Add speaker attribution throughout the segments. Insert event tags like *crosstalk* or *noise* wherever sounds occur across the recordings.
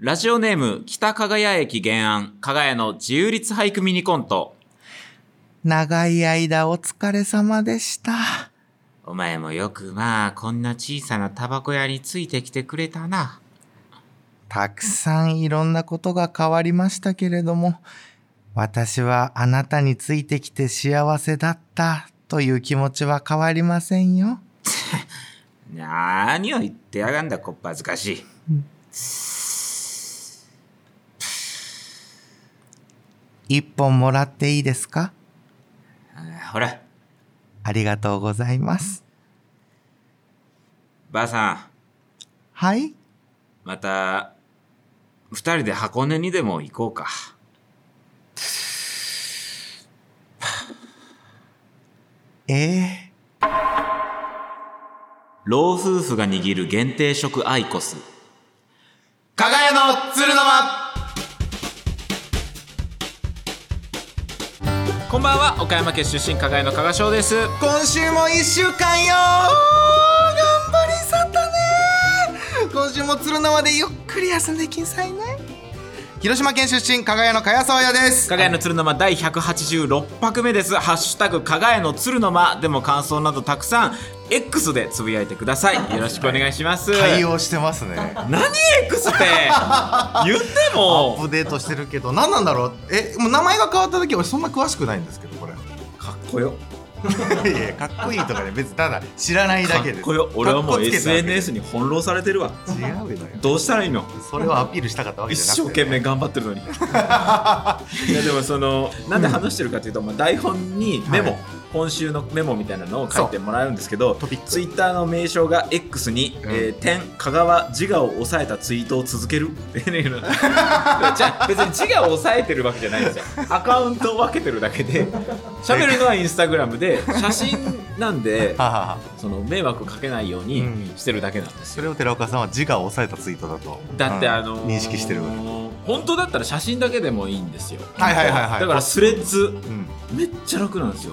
Speaker 1: ラジオネーム、北加賀谷駅原案、加賀谷の自由律俳句ミニコント。
Speaker 2: 長い間お疲れ様でした。
Speaker 1: お前もよくまあ、こんな小さなタバコ屋についてきてくれたな。
Speaker 2: たくさんいろんなことが変わりましたけれども、私はあなたについてきて幸せだったという気持ちは変わりませんよ。
Speaker 1: なーにを言ってやがんだ、こっぱずかしい。
Speaker 2: 一本もらっていいですか
Speaker 1: あーほら、
Speaker 2: ありがとうございます。
Speaker 1: ばあさん、
Speaker 2: はい
Speaker 1: また、二人で箱根にでも行こうか。
Speaker 2: ええ
Speaker 1: 老夫婦が握る限定食アイコス。加賀屋の鶴の間こんばんは、岡山県出身加賀屋の加賀翔です。
Speaker 2: 今週も一週間よ頑張りさったね今週も鶴の間でゆっくり休んできんさいね広島県出身加賀屋の加谷宗也です
Speaker 1: 加賀屋の鶴の間第186拍目です。ハッシュタグ加賀屋の鶴の間でも感想などたくさん X でつぶやいてください。よろしくお願いします。
Speaker 2: 対応してますねア
Speaker 1: 何 X っ
Speaker 2: *laughs*
Speaker 1: て言っても
Speaker 2: ップデートしてるけど何なんだろうえもう名前が変わった時俺そんな詳しくないんですけどこれ *laughs*
Speaker 1: かっこよ。
Speaker 2: いやいやかっこいいとかね別にただ知らないだけです
Speaker 1: かっこよ俺はも
Speaker 2: かっ
Speaker 1: う
Speaker 2: こつけたわけ
Speaker 1: SNS に翻弄されてるわ
Speaker 2: 違うよ
Speaker 1: どうしたらいいの
Speaker 2: それをアピールしたかったわけ
Speaker 1: 一
Speaker 2: じゃなくて
Speaker 1: 生懸命頑張ってるの
Speaker 2: *laughs*
Speaker 1: にいやでもそのなんで話してるかというと、まあ、台本にメモ、
Speaker 2: はい
Speaker 1: 今週のメモみたいなのを書いてもらうんですけど
Speaker 2: トピック
Speaker 1: ツイッターの名称が X に「
Speaker 2: うん
Speaker 1: えー点香川自我を抑えたツイートを続
Speaker 2: *laughs*
Speaker 1: ける」っていうのじゃあ別に自我を抑えてるわけじゃないんですよアカウントを分けてるだけで喋るのはインスタグラムで写真なん
Speaker 2: *laughs*
Speaker 1: で
Speaker 2: ははは
Speaker 1: その迷惑かけないように
Speaker 2: うん
Speaker 1: してるだけなんです
Speaker 2: そ
Speaker 1: よ、
Speaker 2: れを寺岡さんは自我を抑えたツイートだと
Speaker 1: だって
Speaker 2: うん
Speaker 1: あのー
Speaker 2: 認識してるはい
Speaker 1: 本当だったら写真だけでもいいんですよ
Speaker 2: はいはいはい
Speaker 1: だからスレッズ
Speaker 2: うん
Speaker 1: めっちゃ楽なんですよ、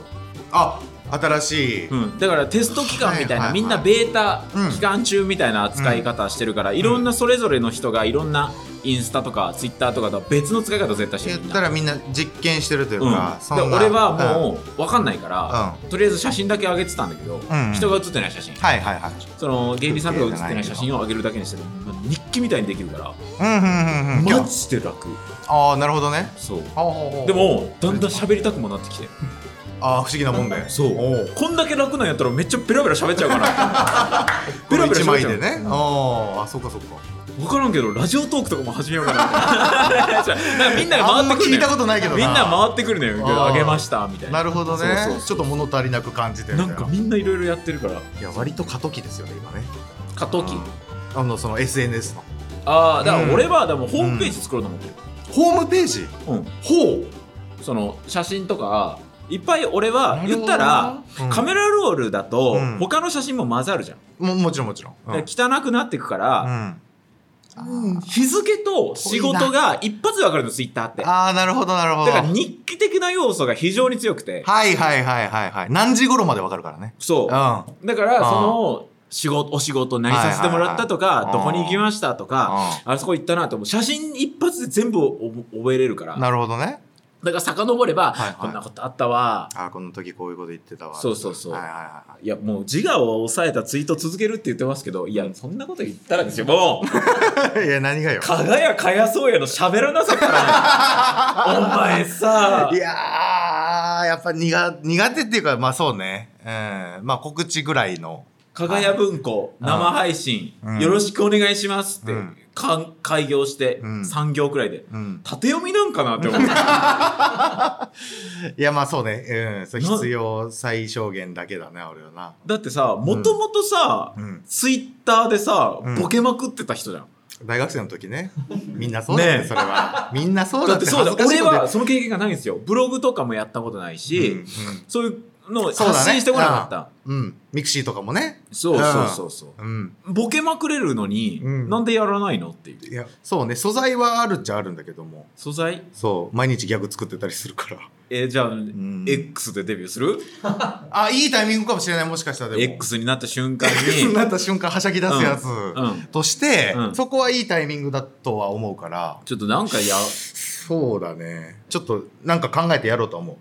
Speaker 2: あ新しい、
Speaker 1: うん、だからテスト期間みたいな、
Speaker 2: はいはいはい
Speaker 1: みんなベータ
Speaker 2: うん
Speaker 1: 期間中みたいな扱い方してるから、いろんなそれぞれの人がいろんなインスタとかツイッターとかとは別の使い方を絶対して
Speaker 2: 言
Speaker 1: る
Speaker 2: っ
Speaker 1: みん
Speaker 2: た
Speaker 1: な
Speaker 2: らみんな実験してるという
Speaker 1: うん、
Speaker 2: か、
Speaker 1: で
Speaker 2: そんな
Speaker 1: 俺はもう分かんないから、
Speaker 2: う
Speaker 1: とりあえず写真だけ上げてたんだけど、
Speaker 2: んうん
Speaker 1: 人が写ってない写真、
Speaker 2: うんはいはいはい
Speaker 1: その芸人さんとか写ってない写真を上げるだけにしてる日記みたいにできるから、
Speaker 2: うんうんうんうん
Speaker 1: マジで楽
Speaker 2: ああなるほどね
Speaker 1: そう
Speaker 2: ほうほうほう
Speaker 1: でもだんだん喋りたくもなってきて
Speaker 2: ああ不思議なもんで
Speaker 1: そうこんだけ楽なんやったらめっちゃベラベラ喋っちゃうから
Speaker 2: *laughs* この一
Speaker 1: 喋っ
Speaker 2: 枚
Speaker 1: ちゃ
Speaker 2: で
Speaker 1: う
Speaker 2: ねあーあそっかそっか
Speaker 1: 分からんけどラジオトークとかも始めようかなみたいな *laughs* なんかみんなが
Speaker 2: あん
Speaker 1: 回
Speaker 2: ま
Speaker 1: ってくる
Speaker 2: 聞いた
Speaker 1: の
Speaker 2: こ
Speaker 1: よ
Speaker 2: とないけど
Speaker 1: みんな
Speaker 2: 回
Speaker 1: 回ってくるのよ
Speaker 2: あ
Speaker 1: あ
Speaker 2: ー
Speaker 1: げましたみたいな
Speaker 2: なるほどね
Speaker 1: そうそう
Speaker 2: ちょっと物足りなく感じてるみ
Speaker 1: な
Speaker 2: たい
Speaker 1: んかみんないろいろやってるから
Speaker 2: いや割と過渡期ですよね今ね
Speaker 1: 過渡期
Speaker 2: あのその SNS の
Speaker 1: ああだか
Speaker 2: うん
Speaker 1: ら俺はでもホームページ作ろうと思ってる
Speaker 2: ホームページ
Speaker 1: うん
Speaker 2: ほ
Speaker 1: その写真とかいっぱい俺は
Speaker 2: なる
Speaker 1: 言
Speaker 2: ほ
Speaker 1: っ
Speaker 2: ど
Speaker 1: た
Speaker 2: な
Speaker 1: ら
Speaker 2: うん
Speaker 1: カメラロールだと
Speaker 2: うん
Speaker 1: 他の写真も混ざるじゃん
Speaker 2: うももちろんもちろんうん
Speaker 1: だから汚くなってくから、
Speaker 2: うんあ
Speaker 1: うん
Speaker 2: ー
Speaker 1: 日付と仕事が一発で分かるのツイッターってだか
Speaker 2: あーなるほどなるほど
Speaker 1: ら日記的な要素が非常に強くて
Speaker 2: はいはいはいはいはい何時頃までわかるからね
Speaker 1: そううんだから
Speaker 2: あー
Speaker 1: その仕事お仕事何させてもらったと
Speaker 2: いは
Speaker 1: か
Speaker 2: いはい
Speaker 1: どこに行きましたとかあそこ行ったなと思う写真一発で全部覚覚えれるからだ
Speaker 2: なるほどね
Speaker 1: から遡れば
Speaker 2: はいはい
Speaker 1: こんなことあったわ
Speaker 2: あーこの時こういうこと言ってたわ
Speaker 1: そうそうそう
Speaker 2: はいはいはい
Speaker 1: いやもう自我を抑えたツイート続けるって言ってますけどいやそんなこと言ったらですよもう
Speaker 2: *laughs* はいいや何がよ
Speaker 1: かがやかやそうやの喋らなさからお前さ
Speaker 2: いやーやっぱ苦苦手っていうかまあそうねうんまあ告知ぐらいの
Speaker 1: かがや文庫
Speaker 2: うん
Speaker 1: 生配信
Speaker 2: うん
Speaker 1: よろしくお願いしますって
Speaker 2: うん
Speaker 1: かん開業して
Speaker 2: うん
Speaker 1: 3行くらいで
Speaker 2: うん
Speaker 1: 縦読みなんかなって思った
Speaker 2: いやまあそうねうんそう
Speaker 1: な
Speaker 2: 必要最小限だけだね俺はな
Speaker 1: *laughs* だってさもともとさ
Speaker 2: うん
Speaker 1: ツイッターでさ
Speaker 2: うん
Speaker 1: ボケまくってた人じゃん
Speaker 2: 大学生の時ねみんなそうだって、
Speaker 1: ねえ
Speaker 2: それはみんなそう
Speaker 1: だ
Speaker 2: だ
Speaker 1: っ
Speaker 2: ってて
Speaker 1: そうだ
Speaker 2: 恥
Speaker 1: 俺
Speaker 2: ずかしいこと
Speaker 1: はその経験がないんですよブログとかもやったことない
Speaker 2: 言
Speaker 1: し
Speaker 2: って
Speaker 1: そういうのを
Speaker 2: そうだね
Speaker 1: 発信してこなかった。
Speaker 2: うん。ミクシーとかもね。
Speaker 1: そうそうそうそう。
Speaker 2: うん。
Speaker 1: ボケまくれるのに、
Speaker 2: うん
Speaker 1: なんでやらないのっていう
Speaker 2: いや、そうね。素材はあるっちゃあるんだけども。
Speaker 1: 素材
Speaker 2: そう。毎日ギャグ作ってたりするから。
Speaker 1: えーじゃあ、
Speaker 2: ん
Speaker 1: X でデビューする
Speaker 2: あ、いいタイミングかもしれない。もしかしたらでも。
Speaker 1: X になった瞬間
Speaker 2: X に
Speaker 1: に、
Speaker 2: *laughs* なった瞬間はしゃぎ出すやつ。
Speaker 1: うん、
Speaker 2: として、
Speaker 1: うん
Speaker 2: そこはいいタイミングだとは思うから
Speaker 1: ちょっとなんかや
Speaker 2: そうだねちょっとなんか考えてやろうと思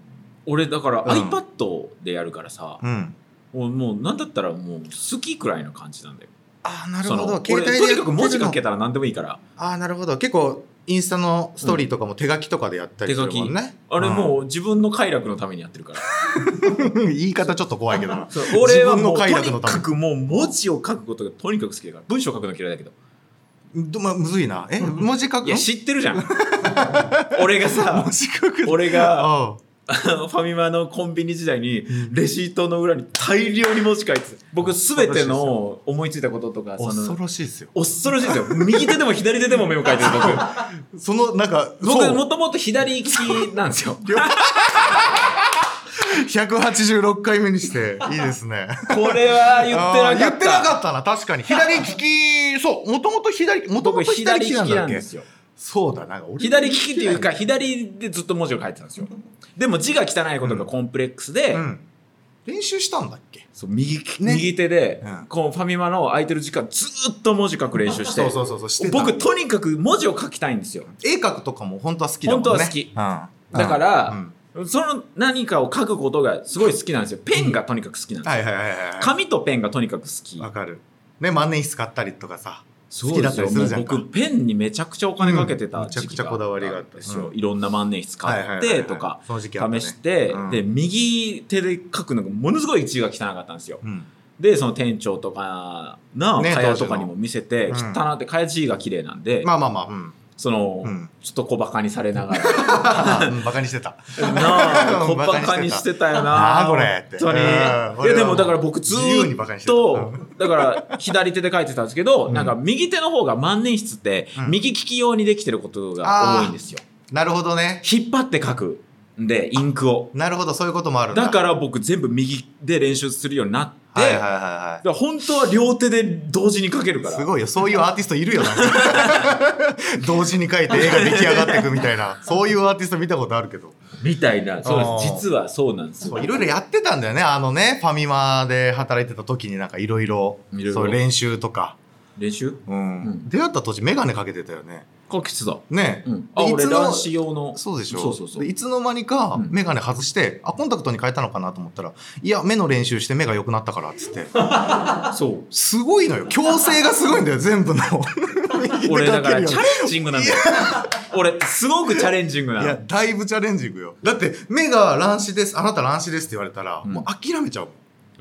Speaker 1: 俺だから
Speaker 2: うん
Speaker 1: iPad でやるからさ、
Speaker 2: う、うん、
Speaker 1: もうもうなんだったらもう好きくらいの感じなんだよ
Speaker 2: ああな
Speaker 1: その俺とにかく文字書けたら何でもいいから
Speaker 2: ああなるほど結構インスタのストーリーとかも手書きとかでやったりするもんね、
Speaker 1: あれ
Speaker 2: う
Speaker 1: もう自分の快楽のためにやってるから
Speaker 2: ん *laughs* 言い方ちょっと怖いけどな
Speaker 1: そう俺はも
Speaker 2: 自分の
Speaker 1: うと
Speaker 2: 快楽の
Speaker 1: に
Speaker 2: ため
Speaker 1: かくもう文字を書くことがとにかく好きだから文章書くの嫌いだけど
Speaker 2: どまあむずいなえ文字書く
Speaker 1: いや知ってるじゃん俺が
Speaker 2: *laughs*
Speaker 1: さ
Speaker 2: 文字書く
Speaker 1: 俺が
Speaker 2: あ
Speaker 1: あのファミマのコンビニ時代に
Speaker 2: ん
Speaker 1: レシートの裏に大量に文字書いてた僕全ての思いついたこととか
Speaker 2: あ
Speaker 1: その
Speaker 2: 恐ろしいですよ
Speaker 1: 恐ろしいですよ右手でも左手でも目を書いて
Speaker 2: *laughs*
Speaker 1: る僕
Speaker 2: そのなんか
Speaker 1: 僕
Speaker 2: そう
Speaker 1: もともと左利きなん
Speaker 2: *laughs*
Speaker 1: ですよ。
Speaker 2: 186回目にしていいですね
Speaker 1: これは言ってなかった。
Speaker 2: あー言ってなかったな確かに左利
Speaker 1: *laughs*
Speaker 2: きそうもともと左もとも
Speaker 1: 僕
Speaker 2: と
Speaker 1: 左利
Speaker 2: 左利きなん
Speaker 1: き
Speaker 2: だ
Speaker 1: な
Speaker 2: っ
Speaker 1: ん
Speaker 2: け
Speaker 1: ですよ。
Speaker 2: そうだなんか俺
Speaker 1: 左利きっていうか左でずっと文字を書いてたんですよ。でも字が汚いことがコンプレックスで、
Speaker 2: うん、練習したんだっけ
Speaker 1: そう右利き
Speaker 2: ね
Speaker 1: 右手で、
Speaker 2: うん
Speaker 1: こうファミマの空いてる時間ずっと文字書く練習して。
Speaker 2: そうそうそうそうしてた
Speaker 1: 僕とにかく文字を書きたいんですよ。
Speaker 2: 絵描くとかも本当は好きだもんね
Speaker 1: 本当は好き
Speaker 2: うん、だ
Speaker 1: だから
Speaker 2: うん
Speaker 1: その何かを書くことがすごい好きなんですよ。ペンがとにかく好きなんですよ。
Speaker 2: はいはいはいはい
Speaker 1: 紙とペンがとにかく好き。
Speaker 2: わかるね万年筆買ったりとかさ
Speaker 1: そ
Speaker 2: 好
Speaker 1: う
Speaker 2: き
Speaker 1: で
Speaker 2: だっ
Speaker 1: す
Speaker 2: た
Speaker 1: よ
Speaker 2: りするじゃん
Speaker 1: もう僕ペンにめちゃくちゃお金かけて
Speaker 2: うん
Speaker 1: た
Speaker 2: めちゃ
Speaker 1: 時
Speaker 2: く
Speaker 1: 期
Speaker 2: ちゃ
Speaker 1: が
Speaker 2: こだわりがあった
Speaker 1: ですよ、
Speaker 2: うん
Speaker 1: いろんな万年筆
Speaker 2: はいはい
Speaker 1: 買っ
Speaker 2: はいはい
Speaker 1: てとか
Speaker 2: その時期あったね
Speaker 1: 試して、
Speaker 2: うん
Speaker 1: で右手で書くのがものすごい字が汚かったんですよ
Speaker 2: うん
Speaker 1: でその店長とかな
Speaker 2: ね
Speaker 1: かやとかにも見せて、
Speaker 2: 当時の
Speaker 1: 汚なってかや字が綺麗なんで、
Speaker 2: まあまあまあうん
Speaker 1: そ *laughs* の、
Speaker 2: うん
Speaker 1: ちょっと小バカにされながら
Speaker 2: うんバカにしてた *laughs*
Speaker 1: なあ小
Speaker 2: バカ
Speaker 1: バ
Speaker 2: にし
Speaker 1: カにして
Speaker 2: てた
Speaker 1: たよ
Speaker 2: な
Speaker 1: な
Speaker 2: あこれって
Speaker 1: 本当に
Speaker 2: うん
Speaker 1: いや
Speaker 2: 俺は
Speaker 1: でもだから僕ず
Speaker 2: 自由に
Speaker 1: ー
Speaker 2: バカに
Speaker 1: っ
Speaker 2: し
Speaker 1: てと
Speaker 2: た
Speaker 1: だから左手で書いてたんですけど、
Speaker 2: うん
Speaker 1: なんか右手の方が万年筆って
Speaker 2: うん
Speaker 1: 右利き用にできてることが多いんですよ
Speaker 2: なるほどね
Speaker 1: 引っ張って書くんでインクを
Speaker 2: なるほどそういうこともあるんだ
Speaker 1: だからら僕全部右で練習するようになって、
Speaker 2: はいはい
Speaker 1: だか
Speaker 2: はい
Speaker 1: ら本当は両手で同時に書けるか
Speaker 2: はい
Speaker 1: ら
Speaker 2: すごいよそういうアーティストい
Speaker 1: *laughs*
Speaker 2: るよな同時に描いて絵が出来上がっていくみた
Speaker 1: *laughs*
Speaker 2: いなそういうアーティスト見たことあるけど
Speaker 1: みたいなそう
Speaker 2: あ
Speaker 1: で
Speaker 2: ー
Speaker 1: す実はそうなんですよ
Speaker 2: そういろいろやってたんだよねあのねファミマで働いてた時になんかいろいろ
Speaker 1: いろいろ
Speaker 2: そう練習とか、
Speaker 1: 練習
Speaker 2: うん
Speaker 1: うん
Speaker 2: 出会った当時眼鏡かけてたよね
Speaker 1: 書きつだ、
Speaker 2: ね、
Speaker 1: うん、あ
Speaker 2: でい
Speaker 1: 俺
Speaker 2: つの
Speaker 1: 男子用の
Speaker 2: そうでしょ
Speaker 1: そうそうそう
Speaker 2: でいつの間にか
Speaker 1: うん
Speaker 2: 眼鏡外して、あコンタクトに変えたのかなと思ったらいや目の練習して目が良くなったからっつって
Speaker 1: そう
Speaker 2: すごいのよ矯正がすごいんだよ
Speaker 1: *laughs*
Speaker 2: 全部の右
Speaker 1: 俺
Speaker 2: 手
Speaker 1: だ
Speaker 2: か
Speaker 1: か
Speaker 2: ける
Speaker 1: ら
Speaker 2: よ
Speaker 1: チャレンジングなんだよ俺すごくチャレンジングない
Speaker 2: や
Speaker 1: の
Speaker 2: だいぶチャレンジングよだって目が乱視ですあなた乱視ですって言われたら、
Speaker 1: うん
Speaker 2: もう諦めちゃうもん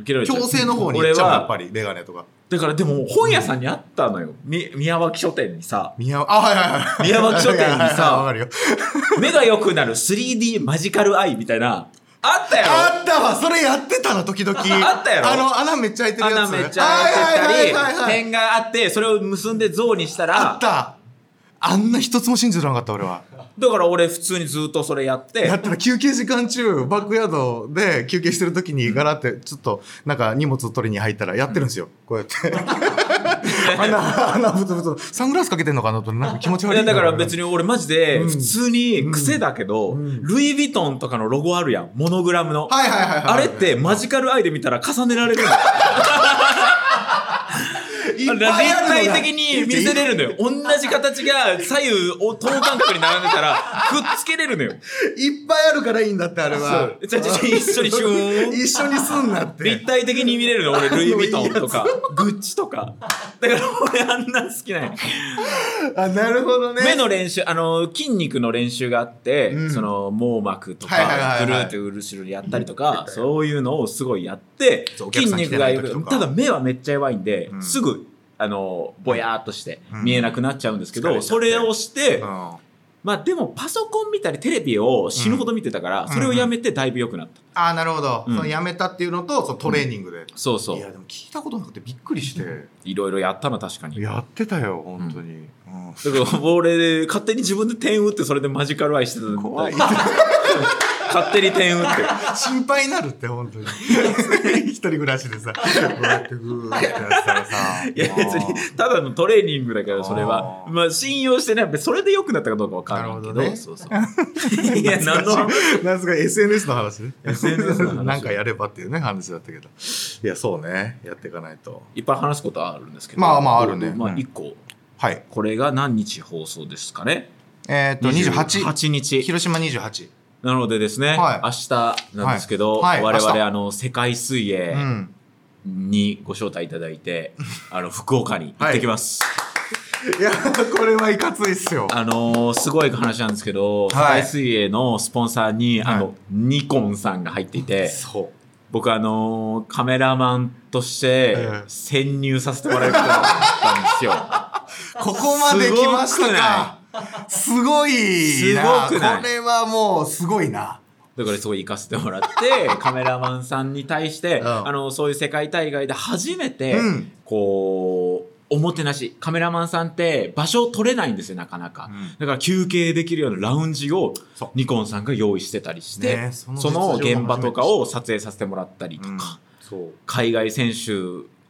Speaker 2: 矯
Speaker 1: 強
Speaker 2: 正の方に行
Speaker 1: 俺
Speaker 2: っちゃうもんやっ
Speaker 1: は
Speaker 2: ぱり眼鏡とか
Speaker 1: だからでも本屋さんにあったのよみ宮脇書店にさ *laughs*
Speaker 2: 宮あはいはいはい
Speaker 1: 宮脇書店にさ
Speaker 2: *laughs* はいはいはいわかるよ
Speaker 1: 目が良くなる 3D マジカルアイみたいなあったやろ
Speaker 2: あったわそれやってたの時
Speaker 1: *laughs*
Speaker 2: 々
Speaker 1: あったやろ
Speaker 2: あの穴めっちゃ開いてるや
Speaker 1: 穴
Speaker 2: つ
Speaker 1: めっちゃ開いて
Speaker 2: は
Speaker 1: た
Speaker 2: いはいはい
Speaker 1: り
Speaker 2: はいはい
Speaker 1: 点があってそれを結んで像にした
Speaker 2: あ
Speaker 1: ら
Speaker 2: ったあんな一つも信じてなかった俺は
Speaker 1: だから俺普通にずっとそれやって
Speaker 2: やってた休憩時間中バックヤードで休憩してる時にガラってちょっとなんか荷物取りに入ったらやってるんですよこう
Speaker 1: *laughs*
Speaker 2: やって穴穴ぶつぶつサングラスかけてんのかなとなんか気持ち
Speaker 1: い
Speaker 2: 悪い
Speaker 1: やだから
Speaker 2: に
Speaker 1: 別に俺マジで
Speaker 2: うん
Speaker 1: 普通に癖だけど、
Speaker 2: うん
Speaker 1: ルイ・ヴィトンとかのロゴあるやんモノグラムの、
Speaker 2: はいはいはいはい
Speaker 1: あれってマジカルアイで見たら重ねられるの
Speaker 2: い
Speaker 1: 立
Speaker 2: っぱいあるのが
Speaker 1: 体的に見せれるのよ。同じ形が左右を等間隔に並んでたら、くっつけれるのよ。
Speaker 2: いっぱいあるからいいんだってあれは
Speaker 1: そうじゃあじゃあ一緒にシューン
Speaker 2: 一緒にすんなって
Speaker 1: 立体的に見れるの、俺、ルイ・ヴィトンと
Speaker 2: *laughs*
Speaker 1: か、グッチとか。だから俺あんな好きなんや。
Speaker 2: あなるほどね
Speaker 1: *laughs* 目の練習、あの、筋肉の練習があって、
Speaker 2: うん
Speaker 1: その、網膜と
Speaker 2: はいはい
Speaker 1: か、
Speaker 2: はいはい
Speaker 1: ぐるーって後ろにやったりとか、そういうのをすごいやって
Speaker 2: そうお、客
Speaker 1: 筋
Speaker 2: さん来
Speaker 1: 肉
Speaker 2: て
Speaker 1: が
Speaker 2: ない
Speaker 1: 良
Speaker 2: 時と
Speaker 1: く、
Speaker 2: か
Speaker 1: ただ目はめっちゃ弱いんで
Speaker 2: う、ん
Speaker 1: すぐ、あの、ぼやーっとして
Speaker 2: うん
Speaker 1: 見えなくなっちゃうんですけ
Speaker 2: 疲れちゃ
Speaker 1: ど、
Speaker 2: って
Speaker 1: それをして
Speaker 2: う、ん
Speaker 1: まあでもパソコン見たりテレビを死ぬほど見てたから、
Speaker 2: ん
Speaker 1: それをやめてだいぶ良くなった。
Speaker 2: ああなるほど、
Speaker 1: うん
Speaker 2: そのやめたっていうのとそのトレーニングで、
Speaker 1: そうそ
Speaker 2: いうや。でも聞いたことなくてびっくりして、
Speaker 1: いろいろやったの確かに。だ
Speaker 2: やってたよ本当に、うん
Speaker 1: から俺、勝手に自分で点打ってそれでマジカルアイしてたんだ
Speaker 2: 怖い
Speaker 1: 勝手に点打
Speaker 2: *laughs*
Speaker 1: って
Speaker 2: 心配になるって、
Speaker 1: *laughs*
Speaker 2: 本当に。一人暮らしでさ、こうやってグーってやってたらさ。
Speaker 1: いや別
Speaker 2: もう
Speaker 1: にただのトレーニングだからそれは
Speaker 2: あー
Speaker 1: まあ信用してないそれで良くなったかどうかわからないけど
Speaker 2: なるほどね
Speaker 1: そうそう
Speaker 2: *laughs*
Speaker 1: いや何の話
Speaker 2: なんすか SNS の話ね
Speaker 1: SNS の話
Speaker 2: なんかやればっていうね話だったけどいやそうねやっていかないと
Speaker 1: いっぱい話すことはあるんですけど
Speaker 2: まあまああるね
Speaker 1: まあ
Speaker 2: うん
Speaker 1: 1個
Speaker 2: はい
Speaker 1: これが何日放送ですかね
Speaker 2: えーっと28
Speaker 1: 8日
Speaker 2: 広島28
Speaker 1: なのでですね
Speaker 2: はい
Speaker 1: 明日なんですけど
Speaker 2: はい
Speaker 1: 我
Speaker 2: はい明日
Speaker 1: 々あの世界水
Speaker 2: う
Speaker 1: 泳
Speaker 2: ん
Speaker 1: にご招待いただい
Speaker 2: *laughs*
Speaker 1: てあの福岡に行ってきます
Speaker 2: いやこれはいかついっすよ
Speaker 1: あのーすごい話なんですけど世
Speaker 2: はい
Speaker 1: 界水泳のスポンサーにあ
Speaker 2: は
Speaker 1: のニコンさんが入っていて
Speaker 2: そ
Speaker 1: 僕あのーカメラマンとして
Speaker 2: ええ
Speaker 1: 潜入させてもらえることになったんですよ。 *laughs*
Speaker 2: うここまで来ましたかすごいな
Speaker 1: すごくない
Speaker 2: これはもうすごいな
Speaker 1: だからすごい行かせてもら
Speaker 2: *laughs*
Speaker 1: って、カメラマンさんに対して、
Speaker 2: うん
Speaker 1: あの、そういう世界大会で初めて、
Speaker 2: うん
Speaker 1: こう、おもてなし。カメラマンさんって場所を取れないんですよ、なかなか。
Speaker 2: うん
Speaker 1: だから休憩できるようなラウンジを
Speaker 2: そう
Speaker 1: ニコンさんが用意してたりして、
Speaker 2: ねそ
Speaker 1: その
Speaker 2: の実情も初めて
Speaker 1: 現場とかを撮影させてもらったりとか、
Speaker 2: うんそう
Speaker 1: 海外選手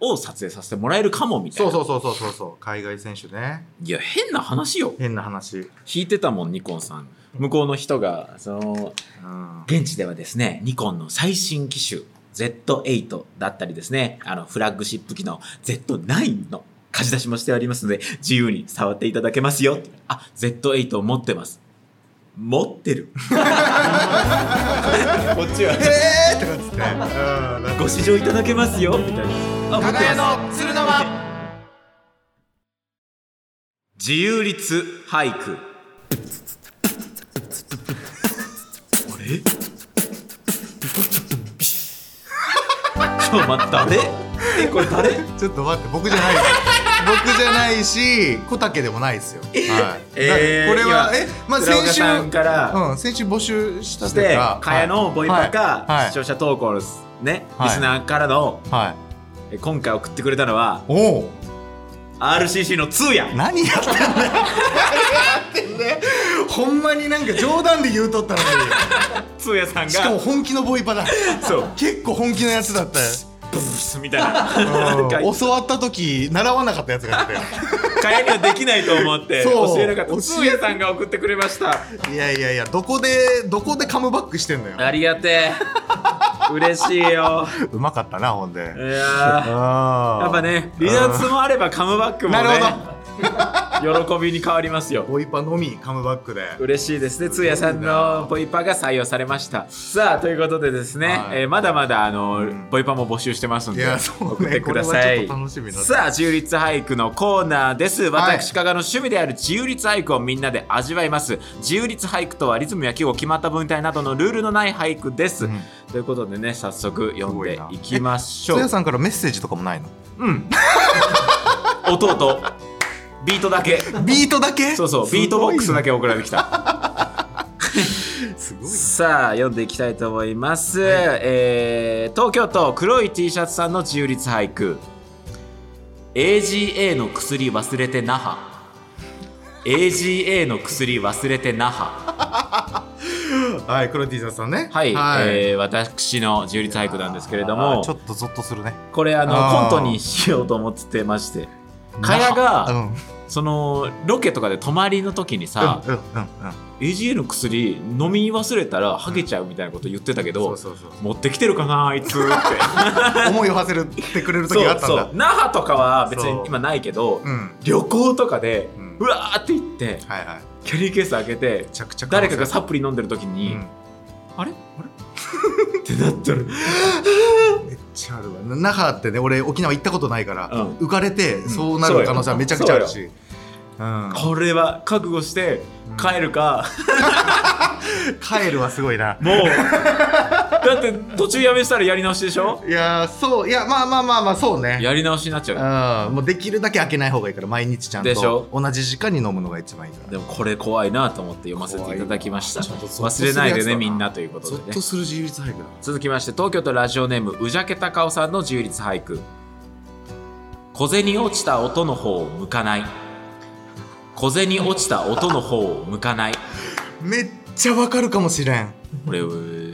Speaker 1: を撮影させてもらえるかもみたい
Speaker 2: そう
Speaker 1: な。
Speaker 2: そうそうそうそうそう海外選手ね
Speaker 1: いや、変な話よ。
Speaker 2: 変な話
Speaker 1: 弾いてたもん、ニコンさん。向こうの人が、その、
Speaker 2: うん
Speaker 1: 現地ではですね、ニコンの最新機種 Z8 だったりですね、あのフラッグシップ機の Z9 の貸し出しもしてありますので、自由に触っていただけますよ。あ、Z8 を持ってます。持って *laughs* る。こっちは。
Speaker 2: えーとかっつってうんなんか
Speaker 1: ご試乗いただけますよ。みたいな。あ、持ってます。
Speaker 2: の鶴の間
Speaker 1: 自由律俳句あれちょっと待って誰えこれ誰
Speaker 2: ちょっと待って僕じ
Speaker 1: *laughs*
Speaker 2: ゃないです僕じゃないし小竹でもないですよはい、
Speaker 1: えー
Speaker 2: だからこれはい
Speaker 1: や
Speaker 2: えまあ
Speaker 1: 寺岡
Speaker 2: 先週
Speaker 1: さんから
Speaker 2: うん先週募集した
Speaker 1: し
Speaker 2: という
Speaker 1: て
Speaker 2: か
Speaker 1: かやのボイパか、
Speaker 2: はい
Speaker 1: 視聴者投稿のすね、
Speaker 2: はい
Speaker 1: リスナーからの
Speaker 2: はい、
Speaker 1: え今回送ってくれたのは
Speaker 2: はいおお
Speaker 1: RCC の通や
Speaker 2: 何やってんだよ何やってんだよほんまになんか冗談で言うとったのに
Speaker 1: 通やさんが
Speaker 2: しかも本気のボイパだ
Speaker 1: そう
Speaker 2: 結構本気のやつだったよ
Speaker 1: ブスみたいな *laughs*
Speaker 2: う
Speaker 1: なんんか
Speaker 2: *laughs* 教わった時習わなかったやつがいたよ
Speaker 1: *laughs* かやにはできないと思って
Speaker 2: そう
Speaker 1: 教えなかっ
Speaker 2: 教え
Speaker 1: た通やさんが送ってくれました
Speaker 2: いやいやいやどこでどこでカムバックしてんのよ
Speaker 1: ありがてえ嬉しいよ
Speaker 2: うまかったなほんで
Speaker 1: いやー
Speaker 2: や
Speaker 1: やっぱね離脱もあればカムバックもね
Speaker 2: なる
Speaker 1: 喜びに変わりますよ
Speaker 2: ボイパのみカムバックで
Speaker 1: 嬉しいですね通夜さんのボイパが採用されましたさあということでですね、
Speaker 2: はい
Speaker 1: えーまだまだあの、
Speaker 2: うん
Speaker 1: ボイパも募集してますん
Speaker 2: い
Speaker 1: で
Speaker 2: やそうね
Speaker 1: 送ってください
Speaker 2: これはちょっと楽しみだね
Speaker 1: さあ自由律俳句のコーナーです
Speaker 2: はい
Speaker 1: 私加賀の趣味である自由律俳句をみんなで味わいます自由律俳句とはリズムや記号決まった文体などのルールのない俳句です、
Speaker 2: うん
Speaker 1: ということでね早速読んでいきましょ
Speaker 2: つ
Speaker 1: う
Speaker 2: やさんからメッセージとかもないの
Speaker 1: うん。音とビートだけ。
Speaker 2: ビートだけ
Speaker 1: そうそう、ビートボックスだ
Speaker 2: け
Speaker 1: け送られてきた。
Speaker 2: すごい
Speaker 1: さあ、読んでいきたいと思います。えー東京都黒い T シャツさんの自由律俳句。AGA の薬忘れて那覇。AGA の薬忘れて那覇。
Speaker 2: はい黒 T シャツさんね
Speaker 1: はい、
Speaker 2: え
Speaker 1: えー私の自由律俳句なんですけれども
Speaker 2: ちょ、っとゾッとするね
Speaker 1: これあの
Speaker 2: あー
Speaker 1: コントにしようと思ってまして、かやが、
Speaker 2: *laughs* うんうん
Speaker 1: そのロケとかで泊まりの時にさ、
Speaker 2: うんうんうん
Speaker 1: AGA の薬飲み忘れたらハゲちゃうみたいなこと言ってたけど、
Speaker 2: そうそうそう
Speaker 1: 持ってきてるかなあいつって
Speaker 2: 思いを馳せるってくれる時
Speaker 1: そう
Speaker 2: があった
Speaker 1: *laughs*
Speaker 2: ん
Speaker 1: そ
Speaker 2: だ
Speaker 1: う那覇とかは別
Speaker 2: そ
Speaker 1: に
Speaker 2: う
Speaker 1: 今ないけど、
Speaker 2: うん
Speaker 1: 旅行とかで、
Speaker 2: う
Speaker 1: うんわーって行って
Speaker 2: はいはい
Speaker 1: キャリーケース開けて
Speaker 2: 着々
Speaker 1: 誰かがサプリ飲んでる時に、
Speaker 2: うん
Speaker 1: あれあれってなってる
Speaker 2: めっちゃあるわ那覇ってね俺沖縄行ったことないから
Speaker 1: うん
Speaker 2: 浮かれて
Speaker 1: ん
Speaker 2: そうなる可能性はめちゃくちゃあるしうん
Speaker 1: これは覚悟して帰るか、
Speaker 2: 帰るはすごいな
Speaker 1: もうだって途中やめしたらやり直しでしょ
Speaker 2: いやーそういやまあまあまあまあそうね
Speaker 1: やり直しになっちゃう
Speaker 2: うんもうできるだけ開けない方がいいから毎日ちゃん
Speaker 1: でし
Speaker 2: と
Speaker 1: ょ
Speaker 2: 同じ時間に飲むのが一番いいから
Speaker 1: でもこれ怖いなと思って読ませていただきました
Speaker 2: 怖いなちょっとゾッとす
Speaker 1: 忘
Speaker 2: る
Speaker 1: れないで
Speaker 2: やつだ
Speaker 1: ね
Speaker 2: な
Speaker 1: みんなということ
Speaker 2: ゾ
Speaker 1: で
Speaker 2: ッ
Speaker 1: ね
Speaker 2: とする自由律俳句だ
Speaker 1: 続きまして東京都ラジオネームうじゃけたかおさんの自由律俳句小銭落ちた音の方を向かない小銭落ちた音の方を向かない
Speaker 2: めっちゃわかるかもしれん
Speaker 1: 俺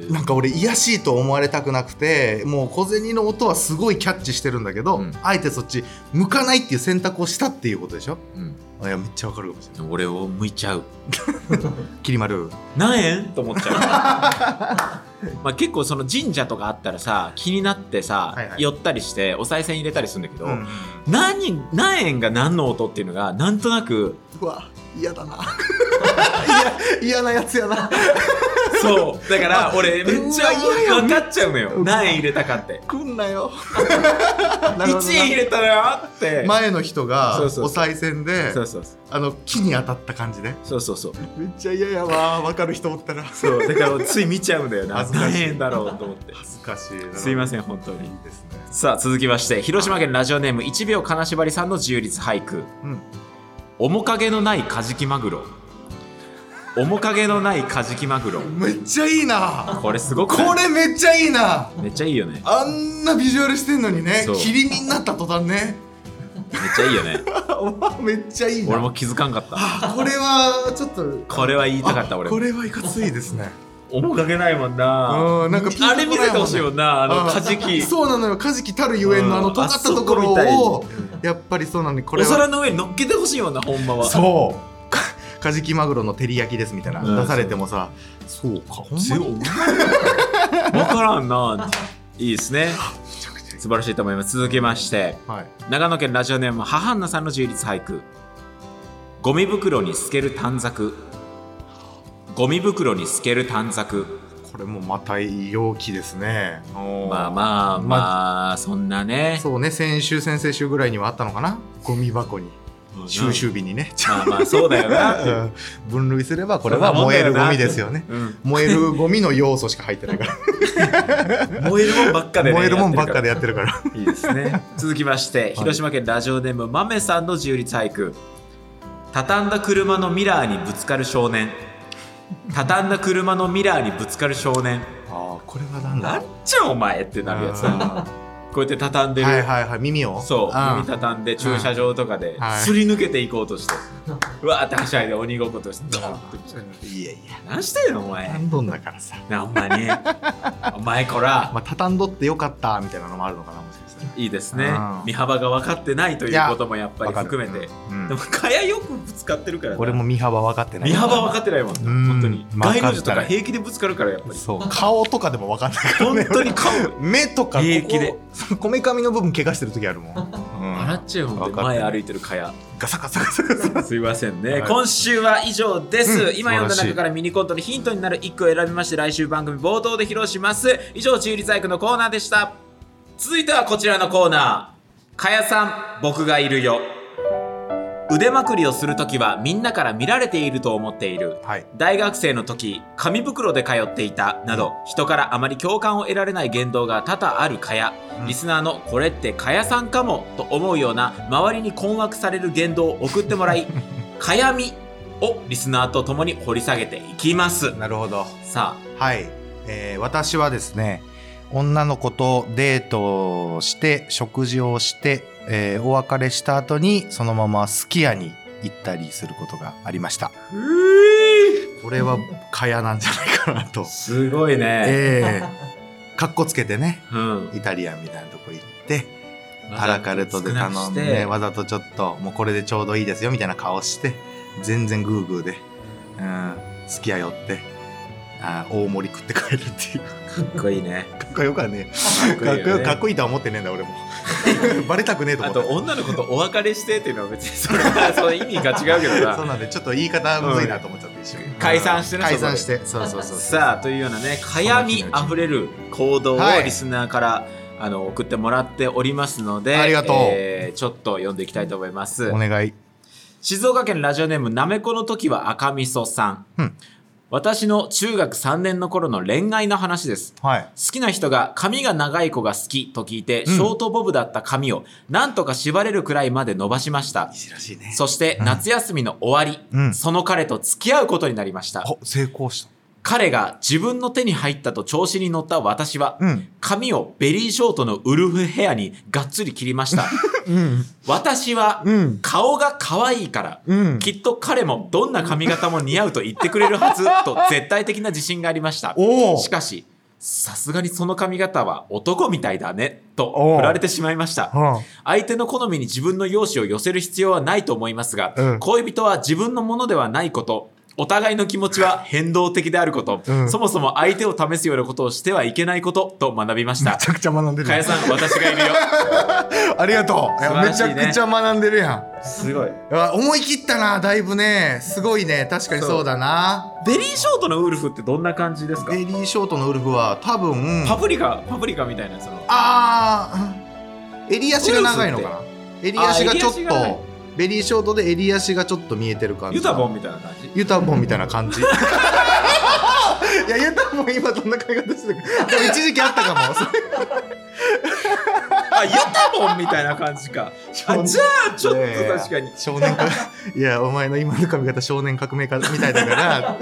Speaker 2: なんか俺癒やしいと思われたくなくてもう小銭の音はすごいキャッチしてるんだけど、
Speaker 1: うん
Speaker 2: あえてそっち向かないっていう選択をしたっていうことでしょ
Speaker 1: うん
Speaker 2: あいやめっちゃわかるかもしれない
Speaker 1: 俺を向いちゃう
Speaker 2: きり丸
Speaker 1: 何円と思っちゃ
Speaker 2: *laughs*
Speaker 1: うまあ結構その神社とかあったらさ気になってさ、
Speaker 2: はいはい
Speaker 1: 寄ったりしてお賽銭入れたりするんだけど、
Speaker 2: うん
Speaker 1: 何何円が何の音っていうのがなんとなく
Speaker 2: うわ嫌だな *laughs* いや嫌なやつやな
Speaker 1: そうだ
Speaker 2: *laughs*
Speaker 1: から俺めっちゃ
Speaker 2: うわ嫌や
Speaker 1: 分かっちゃうの
Speaker 2: う
Speaker 1: よ
Speaker 2: わ
Speaker 1: 何円入れたかって
Speaker 2: 来ん
Speaker 1: *laughs*
Speaker 2: なよなるほど
Speaker 1: 1円入れたらって、
Speaker 2: 前の人が
Speaker 1: そ
Speaker 2: お
Speaker 1: うそうそう
Speaker 2: 賽銭で
Speaker 1: そうそうそ
Speaker 2: あの木に当たった感じね
Speaker 1: うそうそうそう
Speaker 2: めっちゃ嫌やわ分かる人おったら恥
Speaker 1: そうだからつい見ちゃうんだ
Speaker 2: *laughs*
Speaker 1: よな
Speaker 2: 恥ずかしい
Speaker 1: 何円だろうと思
Speaker 2: *laughs*
Speaker 1: って
Speaker 2: ずかしい
Speaker 1: すいま
Speaker 2: せ
Speaker 1: せん本当に
Speaker 2: いいですね
Speaker 1: さあ続きまして広島県ラジオネーム1秒金縛りさんの自由律俳句
Speaker 2: うん
Speaker 1: 「面影のないカジキマグロ」「面影のないカジキマグロ
Speaker 2: めっちゃいい」な
Speaker 1: これすごくない
Speaker 2: これめっちゃいいな
Speaker 1: めっちゃいいよね
Speaker 2: あんなビジュアルしてんのにね
Speaker 1: そう
Speaker 2: 霧になった途端ね
Speaker 1: めっちゃいいよね
Speaker 2: めっちゃいい
Speaker 1: 俺
Speaker 2: な
Speaker 1: も気づかんかった
Speaker 2: あこれはちょっと
Speaker 1: これは言いたかった俺
Speaker 2: あこれはいかついですね
Speaker 1: 面影ないもんな
Speaker 2: うんなんかピンとこ
Speaker 1: あれ
Speaker 2: ないもん
Speaker 1: 見
Speaker 2: ね
Speaker 1: せてほしいもんなあの
Speaker 2: あ
Speaker 1: カジキ
Speaker 2: そうなのよカジキたるゆえんのあの尖ったところ
Speaker 1: うんあそ
Speaker 2: を
Speaker 1: こ
Speaker 2: やっぱりそうなのにこ
Speaker 1: お
Speaker 2: れは
Speaker 1: 皿の上に乗っけてほしいもんなほんまは
Speaker 2: そう *laughs* かカジキマグロの照り焼きですみたいな、
Speaker 1: うん
Speaker 2: 出されてもさそうかほんま
Speaker 1: 強
Speaker 2: に
Speaker 1: 分からんないいですね素晴らしいと思います続きまして
Speaker 2: はい
Speaker 1: 長野県ラジオネーム母ンナさんの自由律俳句ゴミ袋に透ける短冊ゴミ袋に透ける短冊
Speaker 2: これもまた陽気ですねおー
Speaker 1: まあまあまあそんなね
Speaker 2: そうね先週先々週ぐらいにはあったのかなゴミ箱に
Speaker 1: うん
Speaker 2: 収集日にね、
Speaker 1: まあまあそうだよ
Speaker 2: *laughs*
Speaker 1: な、
Speaker 2: うん分類すればこれは燃えるゴミですよね
Speaker 1: うん、
Speaker 2: 燃えるゴミの要素しか入ってないから
Speaker 1: 燃えるもんばっかで、ね、
Speaker 2: 燃えるもんばっか
Speaker 1: で
Speaker 2: でやって
Speaker 1: *laughs*
Speaker 2: るから
Speaker 1: いいですね続きまして広島県ラジオネームまめさんの自由律俳句畳んだ車のミラーにぶつかる少年畳んだ車のミラーにぶつかる少年
Speaker 2: ああこれはなん
Speaker 1: な
Speaker 2: だ
Speaker 1: んじゃお前ってなるやつだな
Speaker 2: あ
Speaker 1: こうやって畳んで
Speaker 2: ー
Speaker 1: る、
Speaker 2: はいはいはい耳を
Speaker 1: そう
Speaker 2: あ
Speaker 1: 耳畳んで駐車場とかで
Speaker 2: はい
Speaker 1: すり抜けていこうとして、うわーってはしゃいで鬼ごっことしてドーンって
Speaker 2: いやいや
Speaker 1: 何してんのお前
Speaker 2: 何んだからさ
Speaker 1: なほんまにお前こら
Speaker 2: まあ、畳んどってよかったみたいなのもあるのかなもしかしたら
Speaker 1: いいですね
Speaker 2: うん
Speaker 1: 身幅が分かってないということもやっぱり含めて、
Speaker 2: うんうん
Speaker 1: でもかやよくぶつかってるからな
Speaker 2: 俺も身幅分かってない
Speaker 1: 身幅分かってないもん
Speaker 2: うん
Speaker 1: 本当に
Speaker 2: 分かって
Speaker 1: 街
Speaker 2: ない
Speaker 1: 路樹とか平気でぶつかるからやっぱり
Speaker 2: そう顔とかでも分かんないから
Speaker 1: 本
Speaker 2: ね
Speaker 1: 当に顔
Speaker 2: 目とかこ
Speaker 1: 平気で
Speaker 2: こそうこめかみの部分怪我してる時あるもん、うん
Speaker 1: 笑っちゃうほん
Speaker 2: 分
Speaker 1: と
Speaker 2: かっ
Speaker 1: 前
Speaker 2: てる
Speaker 1: 歩いてる
Speaker 2: *laughs*
Speaker 1: かや
Speaker 2: ガサガサガサガサ
Speaker 1: すいませんね、
Speaker 2: はい
Speaker 1: 今週は以上です、
Speaker 2: うん
Speaker 1: 今読んだ
Speaker 2: 素晴らしい
Speaker 1: 中からミニコントのヒントになる1句を選びまして来週番組冒頭で披露します以上中立イクのコーナーでした続いてはこちらのコーナーかやさん僕がいるよ腕まくりをするときはみんなから見られていると思っている
Speaker 2: はい
Speaker 1: 大学生の時紙袋で通っていたなど人からあまり共感を得られない言動が多々あるかや、
Speaker 2: うん
Speaker 1: リスナーの「これってかやさんかも」と思うような周りに困惑される言動を送ってもら
Speaker 2: *laughs*
Speaker 1: い「かやみ」をリスナーと共に掘り下げていきます
Speaker 2: なるほど
Speaker 1: さ
Speaker 2: はい、えー私はですね女の子とデートをして食事をして、えーお別れした後にそのまますき家に行ったりすることがありました
Speaker 1: あ
Speaker 2: これは蚊帳なんじゃないかな
Speaker 1: *laughs*
Speaker 2: と
Speaker 1: すごいね、
Speaker 2: ええかっこつけてね
Speaker 1: うん
Speaker 2: イタリアンみたいなとこ行ってアラカルトで頼んで、わざとちょっともうこれでちょうどいいですよみたいな顔して全然グーグーでうん付き合いよってあー大盛り食って帰るっていう *laughs*
Speaker 1: かっこいいね
Speaker 2: かっこよかね
Speaker 1: かっ
Speaker 2: かっこよかっ
Speaker 1: いい
Speaker 2: こいいとは思ってねえん
Speaker 1: *laughs*
Speaker 2: だ俺もバレたくねえと
Speaker 1: あ
Speaker 2: 思
Speaker 1: と
Speaker 2: って
Speaker 1: 女の子とお別れしてっていうのは別にそれはその意味が違うけどな
Speaker 2: そうなんでちょっと言い方むずいなと思っちゃって一瞬、
Speaker 1: 解散してね
Speaker 2: 解散してそうそうそう
Speaker 1: さあというようなねかやみあふれる行動を
Speaker 2: はい
Speaker 1: リスナーから、あの送ってもらっておりますので
Speaker 2: ありがとう
Speaker 1: えーちょっと読んでいきたいと思います
Speaker 2: お願い
Speaker 1: 静岡県ラジオネームなめこの時は赤みそさん、
Speaker 2: うん
Speaker 1: 私の中学3年の頃の恋愛の話です
Speaker 2: はい
Speaker 1: 好きな人が髪が長い子が好きと聞いて、
Speaker 2: うん
Speaker 1: ショートボブだった髪をなんとか縛れるくらいまで伸ばしました
Speaker 2: いじらしいね
Speaker 1: そして
Speaker 2: うん
Speaker 1: 夏休みの終わり、
Speaker 2: うん
Speaker 1: その彼と付き合うことになりました
Speaker 2: お成功した
Speaker 1: 彼が自分の手に入ったと調子に乗った私は、
Speaker 2: うん。
Speaker 1: 髪をベリーショートのウルフヘアにがっつり切りま
Speaker 2: *laughs*
Speaker 1: した。
Speaker 2: うん。
Speaker 1: 私は、
Speaker 2: うん。
Speaker 1: 顔が可愛いから、
Speaker 2: うん。
Speaker 1: きっと彼もどんな髪型も似合うと言ってくれるはずと絶対的な自信がありました。
Speaker 2: おお。
Speaker 1: しかし、さすがにその髪型は男みたいだね、
Speaker 2: お
Speaker 1: と
Speaker 2: う
Speaker 1: 振られてしまいました。
Speaker 2: は
Speaker 1: 相手の好みに自分の容姿を寄せる必要はないと思いますが、
Speaker 2: うん
Speaker 1: 恋人は自分のものではないこと、お互いの気持ちは変動的であること、
Speaker 2: うん
Speaker 1: そもそも相手を試すようなことをしてはいけないことと学びまし
Speaker 2: あめ *laughs*
Speaker 1: た。
Speaker 2: ちゃくちゃ学んでる
Speaker 1: かや
Speaker 2: やん。
Speaker 1: さん、私がいるよ。
Speaker 2: ありがと
Speaker 1: 素
Speaker 2: う。いや
Speaker 1: 晴ら
Speaker 2: め
Speaker 1: し
Speaker 2: ち
Speaker 1: い
Speaker 2: ゃ
Speaker 1: ね
Speaker 2: くちゃ学んでるやん。
Speaker 1: すごい。
Speaker 2: あ思い切ったな、だいぶね。すごいね。確かにそうだな。
Speaker 1: ベリーショートのウルフってどんな感じですか
Speaker 2: ベリーショートのウルフは多分。
Speaker 1: パプリカ、パプリカみたいな、その。
Speaker 2: あーうん襟足が長いのかな襟足がちょっ
Speaker 1: あー襟足が長い
Speaker 2: とベリーショートで襟足がちょっと見えてる感じ
Speaker 1: ユタボンみたいな感じ
Speaker 2: ユタボンみたいな感 *laughs* じいやユタボン今どんな髪型してる *laughs* かでも一時期あったかもそれ
Speaker 1: あ、ユタボンみたいな感じ
Speaker 2: *laughs*
Speaker 1: か。あ、じゃあ、ちょっと確かに。
Speaker 2: 少年 *laughs* かいやお前の今の髪型少年革命家みたいだ *laughs* から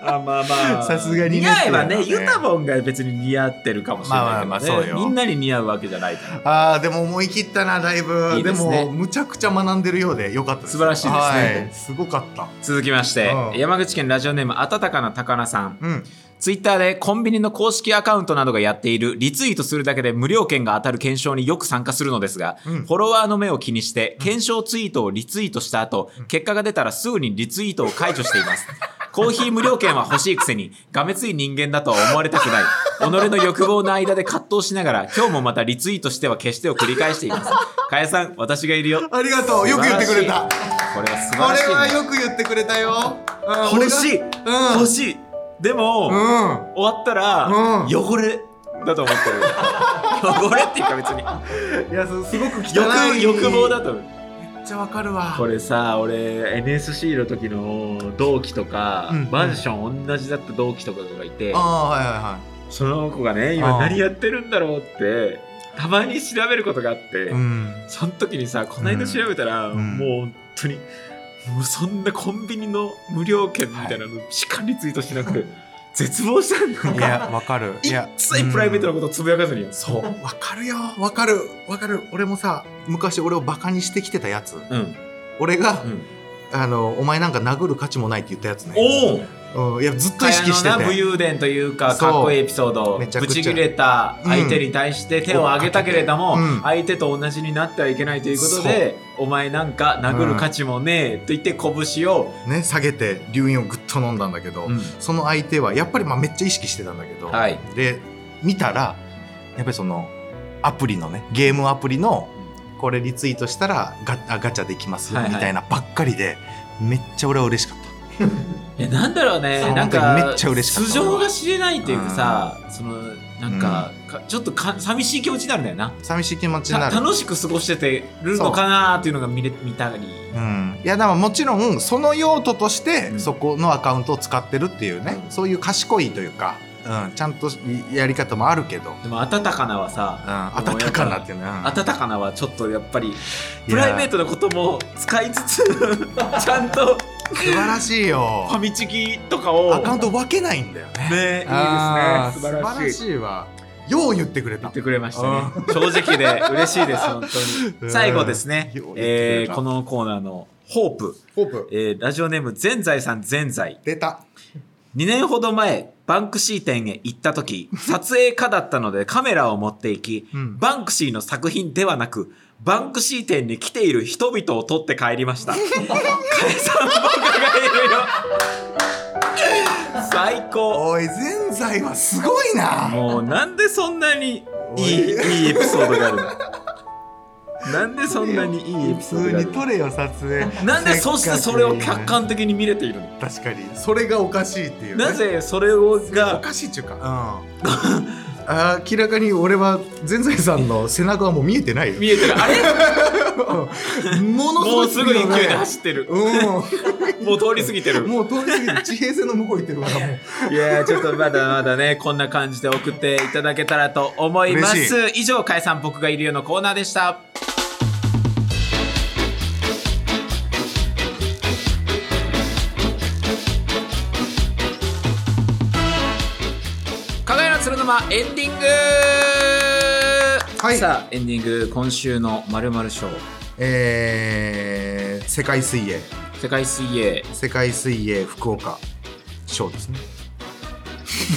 Speaker 1: あ、まあまあ。
Speaker 2: さすがにね
Speaker 1: 似合えば
Speaker 2: っ
Speaker 1: ね、
Speaker 2: ていうのはね
Speaker 1: ユタボンが別に似合ってるかもしれ
Speaker 2: まあまあま
Speaker 1: な
Speaker 2: あ
Speaker 1: いけ
Speaker 2: そ
Speaker 1: ど
Speaker 2: う
Speaker 1: ね。
Speaker 2: よ
Speaker 1: みんなに似合うわけじゃないから。
Speaker 2: あーでも思い切ったなだいぶ
Speaker 1: いいですね
Speaker 2: でもむちゃくちゃ学んでるようでよかったです
Speaker 1: 素晴らしいですね
Speaker 2: はい、すごかった
Speaker 1: 続きまして
Speaker 2: う、ん
Speaker 1: 山口県ラジオネーム、あたたかな高菜さん。
Speaker 2: うん
Speaker 1: ツイッターでコンビニの公式アカウントなどがやっているリツイートするだけで無料券が当たる検証によく参加するのですが、
Speaker 2: うん
Speaker 1: フォロワーの目を気にして検証ツイートをリツイートした後、結果が出たらすぐにリツイートを解除しています。 *laughs* コーヒー無料券は欲しいくせに、がめつい人間だとは思われたくない。己の欲望の間で葛藤しながら、今日もまたリツイートしては消してを繰り返しています。かやさん、私がいるよ。
Speaker 2: ありがとうよく言ってくれた
Speaker 1: 素晴らしい。これは素
Speaker 2: こ
Speaker 1: 晴
Speaker 2: れ
Speaker 1: ら
Speaker 2: は
Speaker 1: しいね、
Speaker 2: よく言ってくれたよ。うん
Speaker 1: 欲しい、
Speaker 2: 俺が
Speaker 1: 欲しいでも、
Speaker 2: うん。うん。
Speaker 1: 終わったら、
Speaker 2: うん
Speaker 1: 汚れだと思ってる汚れっていうか別に
Speaker 2: いや、そうすごく汚
Speaker 1: 欲
Speaker 2: い。
Speaker 1: 欲望。だと思う
Speaker 2: めっちゃわかるわ。
Speaker 1: これさ俺 NSC の時の同期とか、
Speaker 2: うん
Speaker 1: マンション同じだった同期とかがいて、
Speaker 2: ああ、はいは
Speaker 1: その子がね今何やってるんだろうってたまに調べることがあって、
Speaker 2: いはい。うん。
Speaker 1: その時にさこないだ調べたら、
Speaker 2: うん
Speaker 1: もう本当にもうそんなコンビニの無料券みたいなのしかリツイートしなくて、絶望したんだ
Speaker 2: いや、わかる。い
Speaker 1: 一
Speaker 2: や、
Speaker 1: 切プライベートな
Speaker 2: こ
Speaker 1: ことつぶやかずに、
Speaker 2: と。そう。わかるよ。わかる。わかる。俺もさ、昔俺をバカにしてきてたやつ。
Speaker 1: うん
Speaker 2: 俺が、
Speaker 1: うん
Speaker 2: あの、お前なんか殴る価値もないって言ったやつね。
Speaker 1: おお
Speaker 2: うん。いや、ずっと意識して
Speaker 1: な武
Speaker 2: て。
Speaker 1: 勇伝というか
Speaker 2: そう
Speaker 1: かっこいいエピソード
Speaker 2: めちゃく
Speaker 1: ぶ
Speaker 2: ちゃ
Speaker 1: ち切れた相手に対して手を挙げたけれども、
Speaker 2: うん
Speaker 1: 相手と同じになってはいけないということでお前なんか殴る価値もねえと言って拳を、
Speaker 2: ね、下げて、留飲をぐっと飲んだんだけど、その相手は、やっぱりまあめっちゃ意識してたんだけど、
Speaker 1: はい
Speaker 2: で見たらやっぱりそのアプリのねゲームアプリのこれリツイートしたらガあガチャできますよ
Speaker 1: はい
Speaker 2: み
Speaker 1: はい
Speaker 2: たいなばっかりで、めっちゃ俺は嬉しかった
Speaker 1: いやなんだろう
Speaker 2: そう
Speaker 1: ねなん
Speaker 2: 本当
Speaker 1: か
Speaker 2: にめっちゃ嬉しかった
Speaker 1: 素性が知れないというかさ、そのなんか,か、ちょっとか寂しい気持ちになるんだよな
Speaker 2: 寂しい気持ちにな
Speaker 1: た
Speaker 2: る、
Speaker 1: 楽しく過ごしててるのかなーっていうのが見れ見たり
Speaker 2: うん、いやでももちろんその用途として
Speaker 1: うん
Speaker 2: そこのアカウントを使ってるっていうね、
Speaker 1: うん
Speaker 2: そういう賢いというか、うん、ちゃんとやり方もあるけど、うん、
Speaker 1: でも温かなはさ、
Speaker 2: 温かなっていうね、うん
Speaker 1: 温かなはちょっとやっぱりプライベー
Speaker 2: ト
Speaker 1: トなことも使いつ
Speaker 2: *laughs*
Speaker 1: つちゃんと
Speaker 2: 素晴らしい
Speaker 1: フ
Speaker 2: よ
Speaker 1: *laughs* ァミチキとかを
Speaker 2: アカウント分けないんだよね
Speaker 1: ねいいですね
Speaker 2: あー
Speaker 1: 素晴らしい
Speaker 2: 素晴らしいわよう言ってくれ
Speaker 1: 言
Speaker 2: た
Speaker 1: ってくれましたね正直で嬉しいです本当
Speaker 2: うん
Speaker 1: に最後ですね
Speaker 2: よう言って、く
Speaker 1: え
Speaker 2: れた
Speaker 1: ーこのコーナーのホープ、
Speaker 2: ホープ
Speaker 1: えーラジオネームぜんざいさんぜんざい
Speaker 2: 出た
Speaker 1: 2年ほど前バンクシー店へ行った時撮影家だったのでカメラを持っていき、
Speaker 2: うん
Speaker 1: バンクシーの作品ではなくバンクシー店に来ている人々を撮って帰りました加谷さん僕がいるよ最高
Speaker 2: おいぜんざいはすごいな
Speaker 1: もうなんでそんなにいい
Speaker 2: お
Speaker 1: いいエピソードがあるのなんでそんなにいいエピ
Speaker 2: 普
Speaker 1: ソー
Speaker 2: 通
Speaker 1: ドがあ
Speaker 2: に
Speaker 1: るの
Speaker 2: 撮れよ撮影
Speaker 1: なんでそしてそれを
Speaker 2: せっかく
Speaker 1: 客観的に見れているの
Speaker 2: 確かにそれがおかしいっていうね
Speaker 1: なぜそれを
Speaker 2: お
Speaker 1: が
Speaker 2: かしいっていうかうんあー明らかに俺はぜんざいさんの背中はもう見えてないよ
Speaker 1: 見えてるあれ
Speaker 2: うんもの
Speaker 1: もうす
Speaker 2: す
Speaker 1: ぐ
Speaker 2: ごい
Speaker 1: 勢い
Speaker 2: スピード
Speaker 1: で
Speaker 2: ね
Speaker 1: 走ってる。
Speaker 2: う
Speaker 1: もう通り過ぎて
Speaker 2: ん
Speaker 1: る。
Speaker 2: もう通り過ぎて地平線の向こう行ってるからもう
Speaker 1: いやーちょっとまだまだね、こんな感じで送っていただけたらと思いま
Speaker 2: 嬉
Speaker 1: す。以上、解散僕がいるよのコーナーでした。まエンディング
Speaker 2: はい
Speaker 1: さあエンディング今週の「まるまるショー
Speaker 2: えー、世界水泳」
Speaker 1: 世界水泳
Speaker 2: 世界水泳福岡賞ですね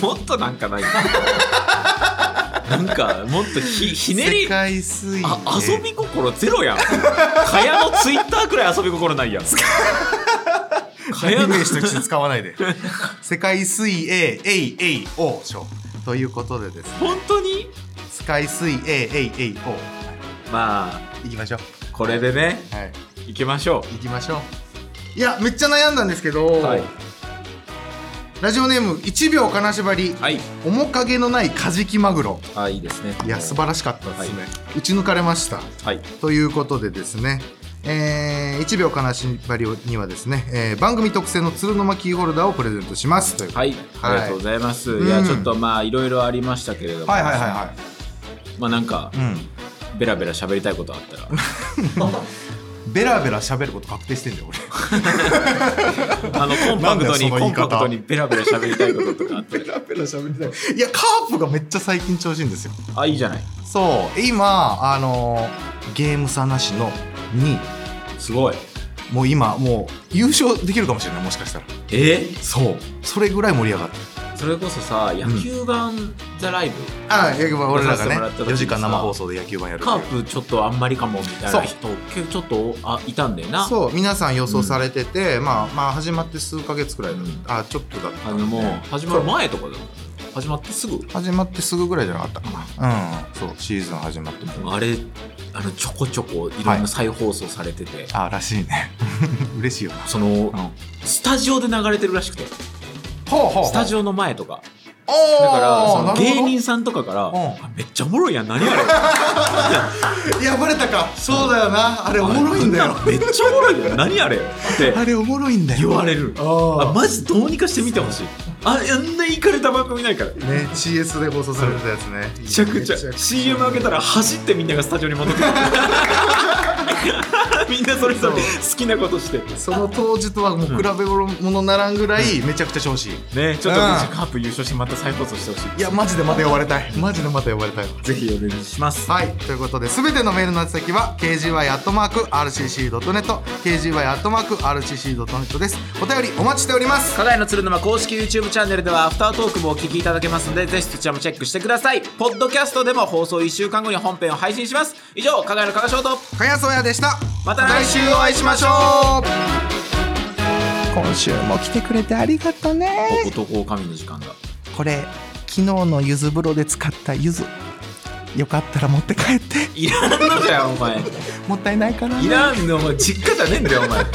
Speaker 1: もっとなんか
Speaker 2: *laughs*
Speaker 1: ないなんかもっとひひねり
Speaker 2: 世界水泳
Speaker 1: あ遊び心ゼロやんかやのツイッターくらい遊び心ないやんかや
Speaker 2: 代
Speaker 1: の
Speaker 2: 名詞として使わないで世界水泳えいえいお賞ということでですね
Speaker 1: 本当に
Speaker 2: 世界水泳えいえい
Speaker 1: まあ
Speaker 2: おいきましょう
Speaker 1: これでね
Speaker 2: はい
Speaker 1: 行きましょ
Speaker 2: いきましょういやめっちゃ悩んだんですけど、
Speaker 1: うはい
Speaker 2: ラジオネーム1秒金縛り、
Speaker 1: はい
Speaker 2: 面影のないカジキマグロ
Speaker 1: あいいですね
Speaker 2: いや素晴らしかったですね、
Speaker 1: は
Speaker 2: 打ち抜かれました
Speaker 1: はい
Speaker 2: ということでですね、えー、1秒金縛りにはですね、えー番組特製の鶴の巻キーホルダーをプレゼントしますという
Speaker 1: はい、ありがとうございます。いや、
Speaker 2: うん
Speaker 1: ちょっとまあ、いろいろありましたけれども、
Speaker 2: はいはいはいは
Speaker 1: まあ、なんか
Speaker 2: い、う
Speaker 1: ベラベラ喋りたいことあったら。
Speaker 2: *laughs* んベラベラ喋ること確定してんだよ俺
Speaker 1: あの、コンパクトに、
Speaker 2: なんだよその
Speaker 1: コ
Speaker 2: 言
Speaker 1: ン
Speaker 2: い方
Speaker 1: パクトにベラベラ喋りたいこととかあった
Speaker 2: *laughs* ベラベラ喋りたいいやカープがめっちゃ最近調子いいんですよ
Speaker 1: ら。あ、いいじゃない。
Speaker 2: そう今あのーゲーム差なしの2
Speaker 1: すごい。
Speaker 2: もう今もう優勝できるかもしれないもしかしたら
Speaker 1: え
Speaker 2: そうそれぐらい盛り上がってる
Speaker 1: それこそさ、野球版ザライブ、
Speaker 2: ああ俺らが
Speaker 1: 出させ
Speaker 2: ね
Speaker 1: てもらった時にさ
Speaker 2: 4時間生放送で野球版やるってい
Speaker 1: カ
Speaker 2: う
Speaker 1: ープちょっとあんまりかもみたい
Speaker 2: そう
Speaker 1: な人、結構ちょっと、あ、いたんだよな。
Speaker 2: そう皆さん予想されてて、まあまあ始まって数ヶ月くらいだったあちょっとだった
Speaker 1: あの、もう、始まる前とかだもん。始まってすぐ。
Speaker 2: 始まってすぐぐらいじゃなかったかなうんそうシーズン始まっても
Speaker 1: あれ、あの、ちょこちょこ、いろんな再放送されてて。
Speaker 2: あらしいね *laughs* 嬉しいよな
Speaker 1: その
Speaker 2: うん
Speaker 1: スタジオで流れてるらしくて
Speaker 2: ほうほ
Speaker 1: スタジオの前とかだ
Speaker 2: だ
Speaker 1: からその芸人さんとかから
Speaker 2: うん
Speaker 1: あめっちゃおもろいやん何あ
Speaker 2: いやバレたかそうだよなあれ
Speaker 1: れ
Speaker 2: *laughs* おもろいんだよ
Speaker 1: あれめっちゃおもろいやん何あれって
Speaker 2: あれおもろいんだよ
Speaker 1: 言われるあ
Speaker 2: あ
Speaker 1: マジどうにかして見てほしいああんなイかれた番組ないからめ
Speaker 2: ね CS で放送されてたやつねめ
Speaker 1: ちゃくちゃ CM 開けたら走ってみんながスタジオに戻って *laughs* くるみんなそれぞれ好きなことして
Speaker 2: その当時とはもう比べ物ならんぐらいめちゃくちゃ調子いい
Speaker 1: ねちょっと
Speaker 2: うん
Speaker 1: カープ優勝してまた再放送してほしい
Speaker 2: いやマジでまた呼ばれたいマジでまた呼ばれたい
Speaker 1: ぜひお願いします
Speaker 2: はい、ということで、すべてのメールの宛先は、kgy.rcc.net、kgy.rcc.net です。お便りお待ちしております。
Speaker 1: 加賀屋の鶴沼公式 YouTube チャンネルではアフタートークもお聞きいただけますのでぜひそちらもチェックしてくださいポッドキャストでも放送1週間後に本編を配信します以上加賀屋の加賀翔と
Speaker 2: かやそやでした。
Speaker 1: また来週お会いしましょ
Speaker 2: う今週も来てくれてありがとね。
Speaker 1: 男女将の時間だ
Speaker 2: これ、昨日のゆず風呂で使ったゆず。よかったら持って帰って。 *laughs*
Speaker 1: いらんのじゃお前
Speaker 2: もったいないから
Speaker 1: いらんのお前実家じゃねえんだよお前